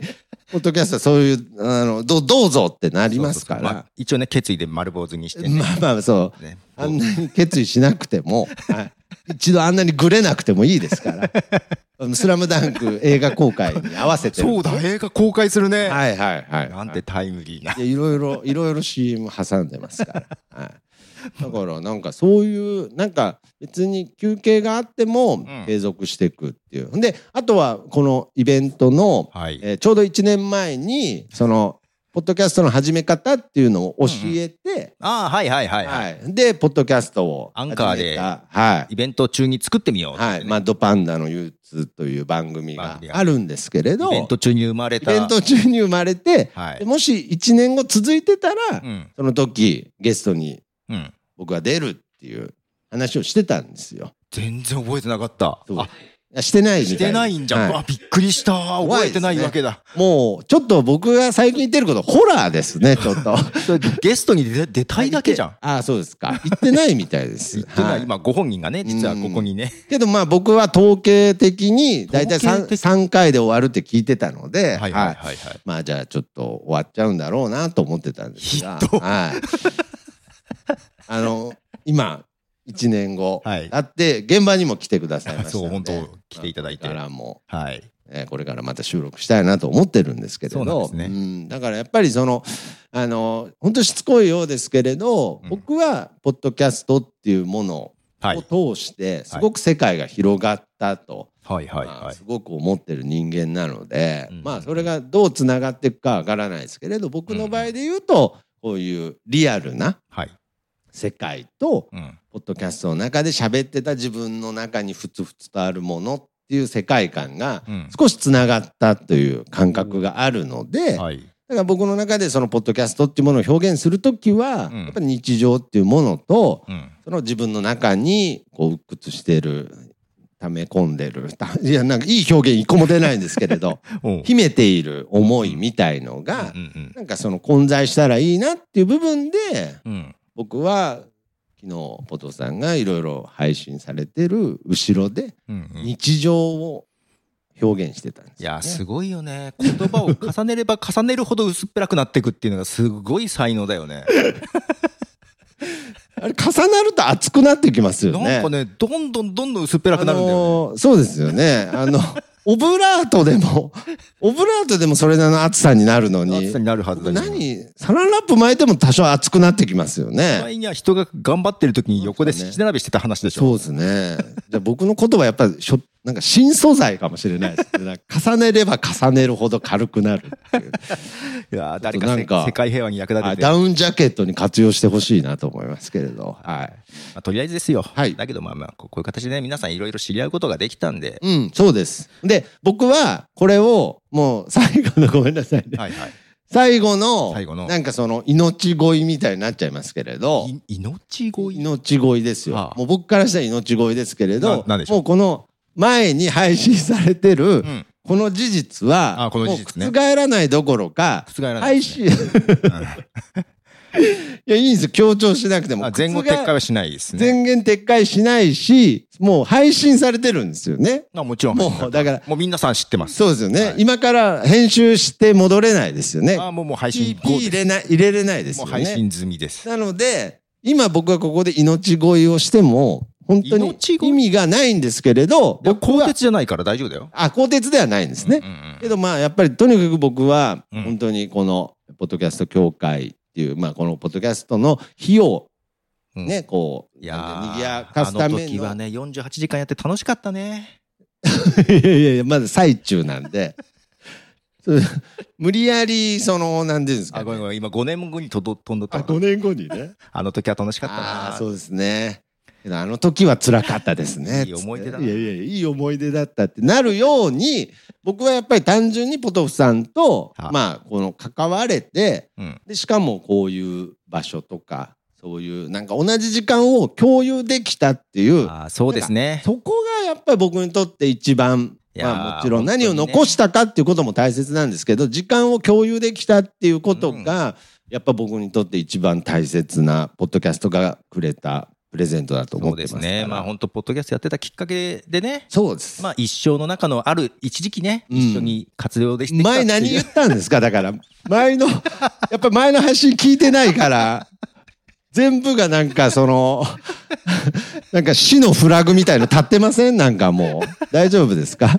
[SPEAKER 1] ポッドキャストはそういう、あの、どうどうぞってなりますか
[SPEAKER 2] そうそうそうま
[SPEAKER 1] ら
[SPEAKER 2] あ、一応ね、決意で丸坊主にしてね。
[SPEAKER 1] まあまあそう、
[SPEAKER 2] ね
[SPEAKER 1] あんなに決意しなくても、はい一度あんなにグレなくてもいいですから、 うんスラムダンク映画公開に合わせてる。
[SPEAKER 2] そうだ、映画公開するね。
[SPEAKER 1] はいはいはい。
[SPEAKER 2] なんてタイムリーな。
[SPEAKER 1] いやいろいろ、いろいろ CM 挟んでますから。はい。だから、なんかそういう、なんか別に休憩があっても
[SPEAKER 2] ん
[SPEAKER 1] 継続していくっていう。で、あとはこのイベントの、
[SPEAKER 2] はい。
[SPEAKER 1] えーちょうど1年前に、その、ポッドキャストの始め方っていうのを教えて、
[SPEAKER 2] ああ、はいはいはいはい。
[SPEAKER 1] はい。で、ポッドキャストを始めた。
[SPEAKER 2] アンカーで
[SPEAKER 1] はい。
[SPEAKER 2] イベント中に作ってみようって
[SPEAKER 1] はい、マッドパンダの憂鬱という番組
[SPEAKER 2] 番
[SPEAKER 1] が
[SPEAKER 2] 組が
[SPEAKER 1] あるんですけれど、
[SPEAKER 2] イベント中に生まれ
[SPEAKER 1] イ
[SPEAKER 2] た。
[SPEAKER 1] ベント中に生まれて、
[SPEAKER 2] は
[SPEAKER 1] で
[SPEAKER 2] い。
[SPEAKER 1] もし1年後続いてたら、
[SPEAKER 2] うん。
[SPEAKER 1] その時ゲストに
[SPEAKER 2] うん。
[SPEAKER 1] 僕が出るっていう話をしてたんですよ。
[SPEAKER 2] 全然覚えてなかった。
[SPEAKER 1] そう
[SPEAKER 2] あ、
[SPEAKER 1] あしてないみたい
[SPEAKER 2] してないんじゃん。
[SPEAKER 1] は
[SPEAKER 2] あ、びっくりした。覚えてないわけだ。
[SPEAKER 1] いもう、ちょっと僕が最近言ってること、ホラーです ね、ちょっと。
[SPEAKER 2] それゲストに出出たいだけじゃん。
[SPEAKER 1] ああ、そうですか。言ってないみたい です。
[SPEAKER 2] 言ってな、
[SPEAKER 1] はいい
[SPEAKER 2] 今ご本人がね、実はここにね。
[SPEAKER 1] けどまあ僕は統計的に大体
[SPEAKER 2] 統計
[SPEAKER 1] 3,
[SPEAKER 2] 的
[SPEAKER 1] 3回で終わるって聞いてたので、
[SPEAKER 2] はいはいはいはい。
[SPEAKER 1] まあじゃあちょっと終わっちゃうんだろうなと思ってたんですが、
[SPEAKER 2] ひどい
[SPEAKER 1] はい、あの今1年後
[SPEAKER 2] はい
[SPEAKER 1] あって現場にも来てくださいましたんで
[SPEAKER 2] そう本当来ていただいて
[SPEAKER 1] だからも
[SPEAKER 2] はい。
[SPEAKER 1] う、えーこれからまた収録したいなと思ってるんですけれど
[SPEAKER 2] そうなんですね
[SPEAKER 1] んだからやっぱりそのあの本当しつこいようですけれど、
[SPEAKER 2] うん
[SPEAKER 1] 僕はポッドキャストっていうものを
[SPEAKER 2] はい。
[SPEAKER 1] を通してすごく世界が広がったと、
[SPEAKER 2] はいはい
[SPEAKER 1] まあ
[SPEAKER 2] はい
[SPEAKER 1] す。ごく思ってる人間なので、
[SPEAKER 2] うん
[SPEAKER 1] まあそれがどうつながっていくかわからないですけれど僕の場合で言うと、こういうリアルな
[SPEAKER 2] はい。
[SPEAKER 1] 世界と
[SPEAKER 2] うん。
[SPEAKER 1] ポッドキャストの中で喋ってた自分の中にふつふつとあるものっていう世界観が
[SPEAKER 2] うん。
[SPEAKER 1] 少しつながったという感覚があるので、だか
[SPEAKER 2] はい。
[SPEAKER 1] ら僕の中でそのポッドキャストっていうものを表現するときは、
[SPEAKER 2] うん
[SPEAKER 1] やっぱり日常っていうものと、
[SPEAKER 2] うん。
[SPEAKER 1] その自分の中にこう鬱屈してる溜め込んでる たいやなんかいい表現一個も出ないんですけれ ど
[SPEAKER 2] おう
[SPEAKER 1] 秘めている思いみたいのが
[SPEAKER 2] うんうん
[SPEAKER 1] なんかその混在したらいいなっていう部分で
[SPEAKER 2] うん。うん。
[SPEAKER 1] 僕は昨日ポトさんがいろいろ配信されてる後ろで
[SPEAKER 2] うんうん。い
[SPEAKER 1] 日常を表現してたんですよ、ね。
[SPEAKER 2] や、すごいよね。言葉を重ねれば重ねるほど薄っぺらくなっていくっていうのがすごい才能だよね。
[SPEAKER 1] あれ重なると熱くなってきますよね。
[SPEAKER 2] なんかね、どんどんどんどん薄っぺらくなるんだ
[SPEAKER 1] あ
[SPEAKER 2] よね。
[SPEAKER 1] のーそうですよね。あ の、オブラートでも、オブラートでもそれなりの熱さになるのに
[SPEAKER 2] 暑さ、になるはずだけど
[SPEAKER 1] 何、サランラップ巻いても多少熱くなってきますよね。
[SPEAKER 2] 前には人が頑張ってる時に横で七並べしてた話でし
[SPEAKER 1] そう
[SPEAKER 2] ょ。
[SPEAKER 1] ですね。じゃあ僕の言葉やっぱりしょ、なんか新素材かもしれないですね。なんか重ねれば重ねるほど軽くなるっていう。
[SPEAKER 2] いやー、
[SPEAKER 1] ちょ
[SPEAKER 2] 誰
[SPEAKER 1] っと
[SPEAKER 2] か
[SPEAKER 1] な
[SPEAKER 2] せ
[SPEAKER 1] んか
[SPEAKER 2] 世界平和に役立
[SPEAKER 1] あ
[SPEAKER 2] てて。ま
[SPEAKER 1] ダウンジャケットに活用してほしいなと思いますけれど。はい。
[SPEAKER 2] あとりあえずですよ。
[SPEAKER 1] はい
[SPEAKER 2] だけどまあまあ、こうこういう形でね、皆さんいろいろ知り合うことができたんで。
[SPEAKER 1] うん、そうです。で、僕はこれをもう最後のごめんなさいね。
[SPEAKER 2] はいはい。
[SPEAKER 1] 最後の
[SPEAKER 2] 最後の
[SPEAKER 1] なんかその命乞いみたいになっちゃいますけれど
[SPEAKER 2] い命乞い
[SPEAKER 1] 命乞いですよ、
[SPEAKER 2] はあ
[SPEAKER 1] もう僕からしたら命乞いですけれど
[SPEAKER 2] ななんでしょう
[SPEAKER 1] もうこの前に配信されてる
[SPEAKER 2] うん。
[SPEAKER 1] この事実は
[SPEAKER 2] あこの事実ね
[SPEAKER 1] もう覆らないどころか
[SPEAKER 2] 覆らな
[SPEAKER 1] 配
[SPEAKER 2] いですね。
[SPEAKER 1] 信いや いいんですよ強調しなくても
[SPEAKER 2] あ前後
[SPEAKER 1] 覆
[SPEAKER 2] 撤回はしないですね。
[SPEAKER 1] 前言撤回しないしもう配信されてるんですよね
[SPEAKER 2] あもちろん。
[SPEAKER 1] もうだから
[SPEAKER 2] もう皆さん知ってます。
[SPEAKER 1] そうですよね、
[SPEAKER 2] はい
[SPEAKER 1] 今から編集して戻れないですよね
[SPEAKER 2] あもうもう配信
[SPEAKER 1] P 入
[SPEAKER 2] 後です
[SPEAKER 1] れない入れれないです
[SPEAKER 2] も
[SPEAKER 1] よ
[SPEAKER 2] う
[SPEAKER 1] ね
[SPEAKER 2] 配信済みです。
[SPEAKER 1] なので、今僕はここで命乞いをしても、本当に
[SPEAKER 2] 命乞い
[SPEAKER 1] 意味がないんですけれど、
[SPEAKER 2] でも
[SPEAKER 1] 僕
[SPEAKER 2] 鋼
[SPEAKER 1] は、
[SPEAKER 2] 鉄じゃないから大丈夫だよ。
[SPEAKER 1] あ、鋼鉄ではないんです
[SPEAKER 2] うん
[SPEAKER 1] ね。
[SPEAKER 2] うん
[SPEAKER 1] けどまあ、やっぱりとにかく僕は、
[SPEAKER 2] うん
[SPEAKER 1] 本当にこの、ポッドキャスト協会っていう、まあ、このポッドキャストの費用、
[SPEAKER 2] うん
[SPEAKER 1] ね、こう、
[SPEAKER 2] いや
[SPEAKER 1] なん
[SPEAKER 2] ー
[SPEAKER 1] か賑やかすため
[SPEAKER 2] あの時
[SPEAKER 1] の、
[SPEAKER 2] はね、48時間やって楽しかったね。
[SPEAKER 1] いやいやいや、まだ最中なんで、そう無理やり、その、なんていうんですか、
[SPEAKER 2] あ、ごめん
[SPEAKER 1] ね。
[SPEAKER 2] ごめん、今5年後にとど飛んどった
[SPEAKER 1] あ、
[SPEAKER 2] わ
[SPEAKER 1] 5年後にね。
[SPEAKER 2] あの時は楽しかった
[SPEAKER 1] ああ
[SPEAKER 2] な。
[SPEAKER 1] ーそうですねけどあの時は辛かったですね
[SPEAKER 2] いい思い出だ
[SPEAKER 1] つっ
[SPEAKER 2] な
[SPEAKER 1] ていやいやいい思い出だったってなるように僕はやっぱり単純にポトフさんと
[SPEAKER 2] は
[SPEAKER 1] まあこの関われて
[SPEAKER 2] うん。
[SPEAKER 1] でしかもこういう場所とかそういうなんか同じ時間を共有できたっていう
[SPEAKER 2] あーそうですね。
[SPEAKER 1] そこがやっぱり僕にとって一番
[SPEAKER 2] いやー
[SPEAKER 1] まあもちろん
[SPEAKER 2] 本当に
[SPEAKER 1] 何
[SPEAKER 2] ね
[SPEAKER 1] を残したかっていうことも大切なんですけど時間を共有できたっていうことがやっぱ僕にとって一番大切なポッドキャストがくれたプレゼントだと
[SPEAKER 2] そ
[SPEAKER 1] 思っ
[SPEAKER 2] う
[SPEAKER 1] て
[SPEAKER 2] で
[SPEAKER 1] ますす
[SPEAKER 2] ね。まあ本当、ポッドキャストやってたきっかけでね、
[SPEAKER 1] そうです、
[SPEAKER 2] まあ一生の中のある一時期ね、
[SPEAKER 1] うん
[SPEAKER 2] 一緒に活動できてきたってい
[SPEAKER 1] 前
[SPEAKER 2] う。
[SPEAKER 1] 何言ったんですかだから前のやっぱ前の配信聞いてないから全部がなんかその なんか死のフラグみたいの立ってませんなんかもう大丈夫ですか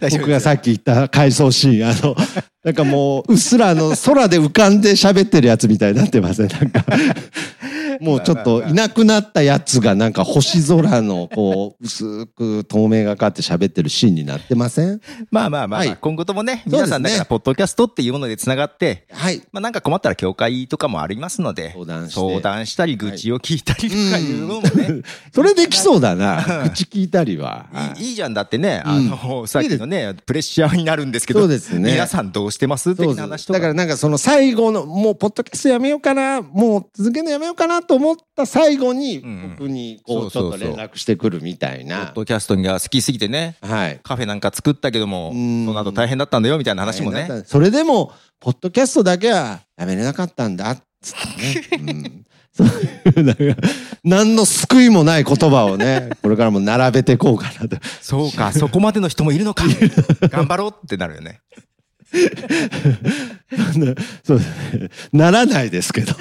[SPEAKER 2] 大丈夫
[SPEAKER 1] 僕がさっき言った回想シーン、あの、なんかもう、うっすらあの、空で浮かんで喋ってるやつみたいになってません、なんか。もうちょっといなくなったやつがなんか星空のこう薄く透明がかって喋ってるシーンになってません
[SPEAKER 2] まあまあまあ、
[SPEAKER 1] はい
[SPEAKER 2] 今後ともね、
[SPEAKER 1] そうですね
[SPEAKER 2] 皆さんだから、ポッドキャストっていうものでつながって、
[SPEAKER 1] はい。
[SPEAKER 2] まあなんか困ったら教会とかもありますので、
[SPEAKER 1] 相談して
[SPEAKER 2] 相談したり、愚痴を聞いたりとかいうのもね、
[SPEAKER 1] それできそうだな。口聞いたりは。はい
[SPEAKER 2] いいいじゃんだってね、あの、さっきのね、プレッシャーになるんですけど、
[SPEAKER 1] そうですね
[SPEAKER 2] 皆さんどうしてます
[SPEAKER 1] そうで
[SPEAKER 2] 的な
[SPEAKER 1] す
[SPEAKER 2] 話と
[SPEAKER 1] だ
[SPEAKER 2] か
[SPEAKER 1] からなんかその最後のもうポッドキャストやめようかなもう続けるのやめようかなと思った最後に
[SPEAKER 2] うんうん
[SPEAKER 1] 僕にこうち
[SPEAKER 2] そ
[SPEAKER 1] ょ
[SPEAKER 2] う
[SPEAKER 1] っと
[SPEAKER 2] そうそう
[SPEAKER 1] 連絡してくるみたい
[SPEAKER 2] ポ
[SPEAKER 1] な
[SPEAKER 2] ッドキャストが好きすぎてね
[SPEAKER 1] はい
[SPEAKER 2] カフェなんか作ったけども
[SPEAKER 1] う
[SPEAKER 2] そ
[SPEAKER 1] ん
[SPEAKER 2] の後大変だったんだよみたいな話も
[SPEAKER 1] 大変だ
[SPEAKER 2] ね
[SPEAKER 1] ったそれでもポッドキャストだけはやめれなかったんだっつっ てね、うんそういうだから何の救いもない言葉を ねこれからも並べていこうかなと
[SPEAKER 2] そ うかそこまでの人もいるのか頑張ろうってなるよね
[SPEAKER 1] そうですねならないですけど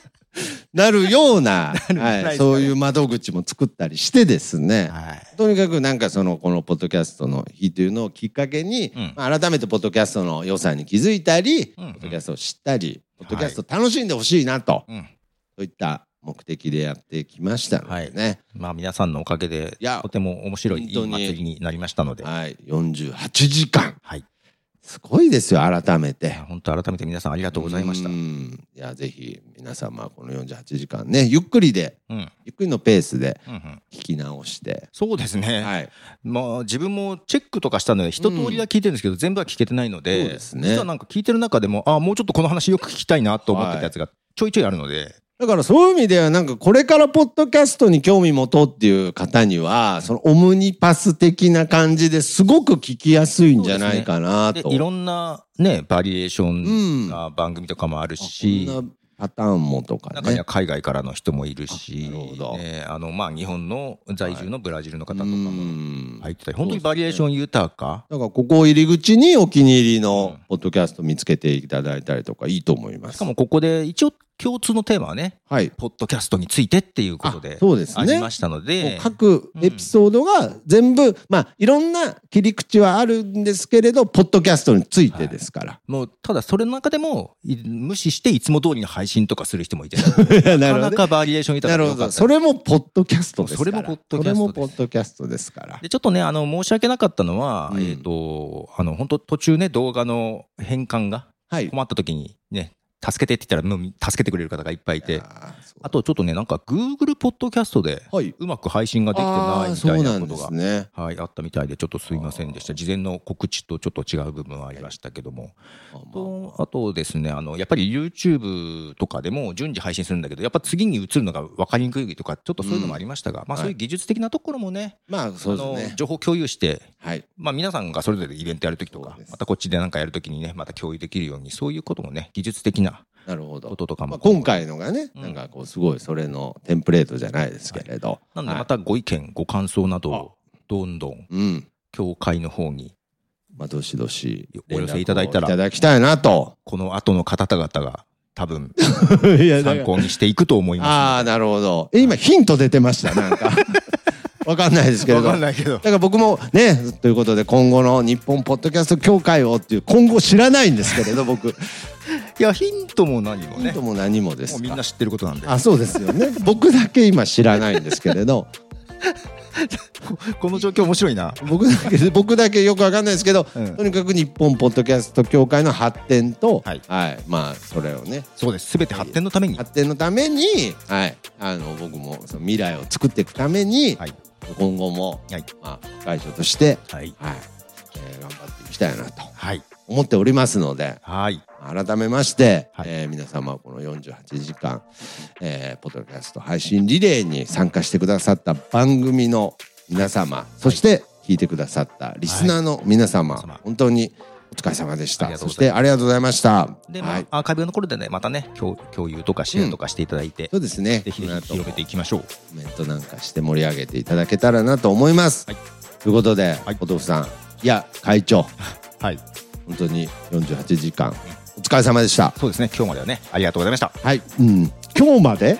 [SPEAKER 1] なるような
[SPEAKER 2] る
[SPEAKER 1] はい
[SPEAKER 2] ないですかね
[SPEAKER 1] そういう窓口も作ったりしてですね、
[SPEAKER 2] はい
[SPEAKER 1] とにかくなんかそのこのポッドキャストの日というのをきっかけに、
[SPEAKER 2] うん
[SPEAKER 1] まあ改めてポッドキャストの良さに気づいたり、
[SPEAKER 2] うんうん
[SPEAKER 1] ポッドキャストを知ったりポッドキャスト楽しんでほしいなと、
[SPEAKER 2] うん
[SPEAKER 1] そういった目的でやってきましたのでね、
[SPEAKER 2] まあ皆さんのおかげで
[SPEAKER 1] いや
[SPEAKER 2] とても面白いい
[SPEAKER 1] 本当
[SPEAKER 2] い
[SPEAKER 1] に
[SPEAKER 2] 祭りになりましたので
[SPEAKER 1] はい48時間
[SPEAKER 2] はい
[SPEAKER 1] すごいですよ改めて。
[SPEAKER 2] いや本当改めて皆さんありがとうございました
[SPEAKER 1] う。んいやぜひ皆様この48時間ねゆっくりで
[SPEAKER 2] うんうん
[SPEAKER 1] ゆっくりのペースで
[SPEAKER 2] うん
[SPEAKER 1] 聞き直して、
[SPEAKER 2] そうですね、
[SPEAKER 1] はい、
[SPEAKER 2] まあ、自分もチェックとかしたので一通りは聞いてるんですけど、全部は聞けてないので
[SPEAKER 1] そうですね
[SPEAKER 2] 実はなんか聞いてる中でもああもうちょっとこの話よく聞きたいなと思ってたやつがちょいちょいあるので、
[SPEAKER 1] だからそういう意味ではなんかこれからポッドキャストに興味持とうっていう方にはそのオムニパス的な感じですごく聞きやすいんじゃないかな
[SPEAKER 2] で
[SPEAKER 1] と。
[SPEAKER 2] いろんな、ね、バリエーショ
[SPEAKER 1] う
[SPEAKER 2] ン
[SPEAKER 1] ん、
[SPEAKER 2] な番組とかもあるし、
[SPEAKER 1] こんなパターンもとか
[SPEAKER 2] 中に
[SPEAKER 1] ね
[SPEAKER 2] は。海外からの人もいるし
[SPEAKER 1] あなるほど
[SPEAKER 2] ねあのまあ、日本の在住のブラジルの方とか
[SPEAKER 1] う
[SPEAKER 2] も
[SPEAKER 1] ん
[SPEAKER 2] 入ってたり本当にバリエーション豊か。
[SPEAKER 1] だからここを入り口にお気に入りのポッドキャスト見つけていただいたりとかいいと思います。
[SPEAKER 2] しかもここで一応共通のテーマはね、
[SPEAKER 1] はい。
[SPEAKER 2] ポッドキャストについてっていうこと
[SPEAKER 1] あ
[SPEAKER 2] で
[SPEAKER 1] そうです
[SPEAKER 2] あ
[SPEAKER 1] ね
[SPEAKER 2] りましたので、
[SPEAKER 1] もう各エピソードが全部、まあいろんな切り口はあるんですけれど、ポッドキャストについてですから。
[SPEAKER 2] もうただそれの中でもい無視していつも通りの配信とかする人もいて
[SPEAKER 1] な
[SPEAKER 2] な
[SPEAKER 1] る
[SPEAKER 2] か
[SPEAKER 1] ほ
[SPEAKER 2] な
[SPEAKER 1] どね。
[SPEAKER 2] かバリエーション豊
[SPEAKER 1] な
[SPEAKER 2] かで
[SPEAKER 1] る
[SPEAKER 2] よ
[SPEAKER 1] ほ
[SPEAKER 2] かっ
[SPEAKER 1] ど。
[SPEAKER 2] た
[SPEAKER 1] それもポッドキャストですから。
[SPEAKER 2] それもポッドキャストです
[SPEAKER 1] それもポッドキャストですから。
[SPEAKER 2] でちょっとねあの申し訳なかったのは、
[SPEAKER 1] うん
[SPEAKER 2] えっ、とあの本当途中ね動画の変換が
[SPEAKER 1] はい。
[SPEAKER 2] 困った時にね助けてって言ったらもう助けてくれる方がいっぱいいて
[SPEAKER 1] あーそう
[SPEAKER 2] あとちょっとねなんか Google ポッドキャストで
[SPEAKER 1] はい。
[SPEAKER 2] うまく配信ができてない
[SPEAKER 1] あー
[SPEAKER 2] み
[SPEAKER 1] そ
[SPEAKER 2] た
[SPEAKER 1] う
[SPEAKER 2] い
[SPEAKER 1] な
[SPEAKER 2] なんこ
[SPEAKER 1] で
[SPEAKER 2] とが
[SPEAKER 1] すね。
[SPEAKER 2] はい、あったみたいで、ちょっとすいませんでした。事前の告知とちょっと違う部分はありましたけども。とあとですね、あの、やっぱり YouTube とかでも順次配信するんだけど、やっぱ次に移るのが分かりにくいとか、ちょっとそういうのもありましたが、ま
[SPEAKER 1] は
[SPEAKER 2] あ
[SPEAKER 1] い
[SPEAKER 2] そういう技術的なところもね、
[SPEAKER 1] まあそうです
[SPEAKER 2] あの
[SPEAKER 1] ね。
[SPEAKER 2] 情報共有して、
[SPEAKER 1] はい。
[SPEAKER 2] まあ皆さんがそれぞれイベントやるときと
[SPEAKER 1] そう
[SPEAKER 2] か
[SPEAKER 1] で、す
[SPEAKER 2] またこっちでなんかやるときにね、また共有できるように、そういうこともね、技術的な
[SPEAKER 1] なるほど
[SPEAKER 2] こ。ととか
[SPEAKER 1] まあ、
[SPEAKER 2] も。
[SPEAKER 1] 今回のがね、
[SPEAKER 2] うん
[SPEAKER 1] なんかこうすごいそれのテンプレートじゃないですけれど、
[SPEAKER 2] なので
[SPEAKER 1] はい
[SPEAKER 2] またご意見、ご感想などを、どんどん、
[SPEAKER 1] うん
[SPEAKER 2] 協会の方に、
[SPEAKER 1] まあどしどし
[SPEAKER 2] お寄せいただいたら
[SPEAKER 1] 連絡をいただきたいなと
[SPEAKER 2] この後の方々が、多分、
[SPEAKER 1] い やだか
[SPEAKER 2] 参
[SPEAKER 1] ら
[SPEAKER 2] 考にしていくと思い
[SPEAKER 1] あ
[SPEAKER 2] ま
[SPEAKER 1] あなるほどえ今ヒント出てましたなんか わかんないですけ
[SPEAKER 2] すけ
[SPEAKER 1] れ
[SPEAKER 2] ど。
[SPEAKER 1] ど
[SPEAKER 2] わかん
[SPEAKER 1] だ
[SPEAKER 2] ないけど。
[SPEAKER 1] から僕もねということで今後の日本ポッドキャスト協会をっていう今後知らないんですけれど僕
[SPEAKER 2] いや、ヒントも何も
[SPEAKER 1] ヒン
[SPEAKER 2] ね
[SPEAKER 1] ト。も何もで
[SPEAKER 2] も
[SPEAKER 1] す
[SPEAKER 2] うみん
[SPEAKER 1] か
[SPEAKER 2] な知ってることなんで。
[SPEAKER 1] あそうですよね僕だけ今知らないんですけれど
[SPEAKER 2] こ の状況面白いな。
[SPEAKER 1] 僕だけ 僕だけよくわかんないですけど、
[SPEAKER 2] うん
[SPEAKER 1] とにかく日本ポッドキャスト協会の発展と、は
[SPEAKER 2] はいい
[SPEAKER 1] まあそれをね
[SPEAKER 2] そうです。すべて発展のために。
[SPEAKER 1] 発展のために、はい、あの僕もその未来を作っていくために、
[SPEAKER 2] はい。
[SPEAKER 1] 今後も、
[SPEAKER 2] はい。
[SPEAKER 1] まあ、会長として、
[SPEAKER 2] はい。
[SPEAKER 1] はいえー頑張っていきたいなと
[SPEAKER 2] はい。
[SPEAKER 1] 思っておりますので
[SPEAKER 2] はい。
[SPEAKER 1] 改めまして、
[SPEAKER 2] はい
[SPEAKER 1] えー皆様この48時間、えーポッドキャスト配信リレーに参加してくださった番組の皆様、そして聞いてくださったリスナーの皆様、
[SPEAKER 2] 皆様
[SPEAKER 1] 本当にお疲れ様でした
[SPEAKER 2] ありがと
[SPEAKER 1] そう
[SPEAKER 2] ご
[SPEAKER 1] し
[SPEAKER 2] ざい
[SPEAKER 1] てありがとうございました
[SPEAKER 2] で、ま
[SPEAKER 1] はい、
[SPEAKER 2] あ、アーカイブの頃でね、またね、共共有とかシェアとかしていただいて
[SPEAKER 1] そ、うですね
[SPEAKER 2] ぜひぜ
[SPEAKER 1] この
[SPEAKER 2] ひ
[SPEAKER 1] 後
[SPEAKER 2] 広げていきましょう。
[SPEAKER 1] コメントなんかして盛り上げていただけたらなと思います、
[SPEAKER 2] はい
[SPEAKER 1] ということで、
[SPEAKER 2] い
[SPEAKER 1] お父さんいや会長
[SPEAKER 2] はい。
[SPEAKER 1] 本当に48時間お疲れ様でした
[SPEAKER 2] そうですね。今日まではね、ありがとうございました。
[SPEAKER 1] はい、うん、今日まで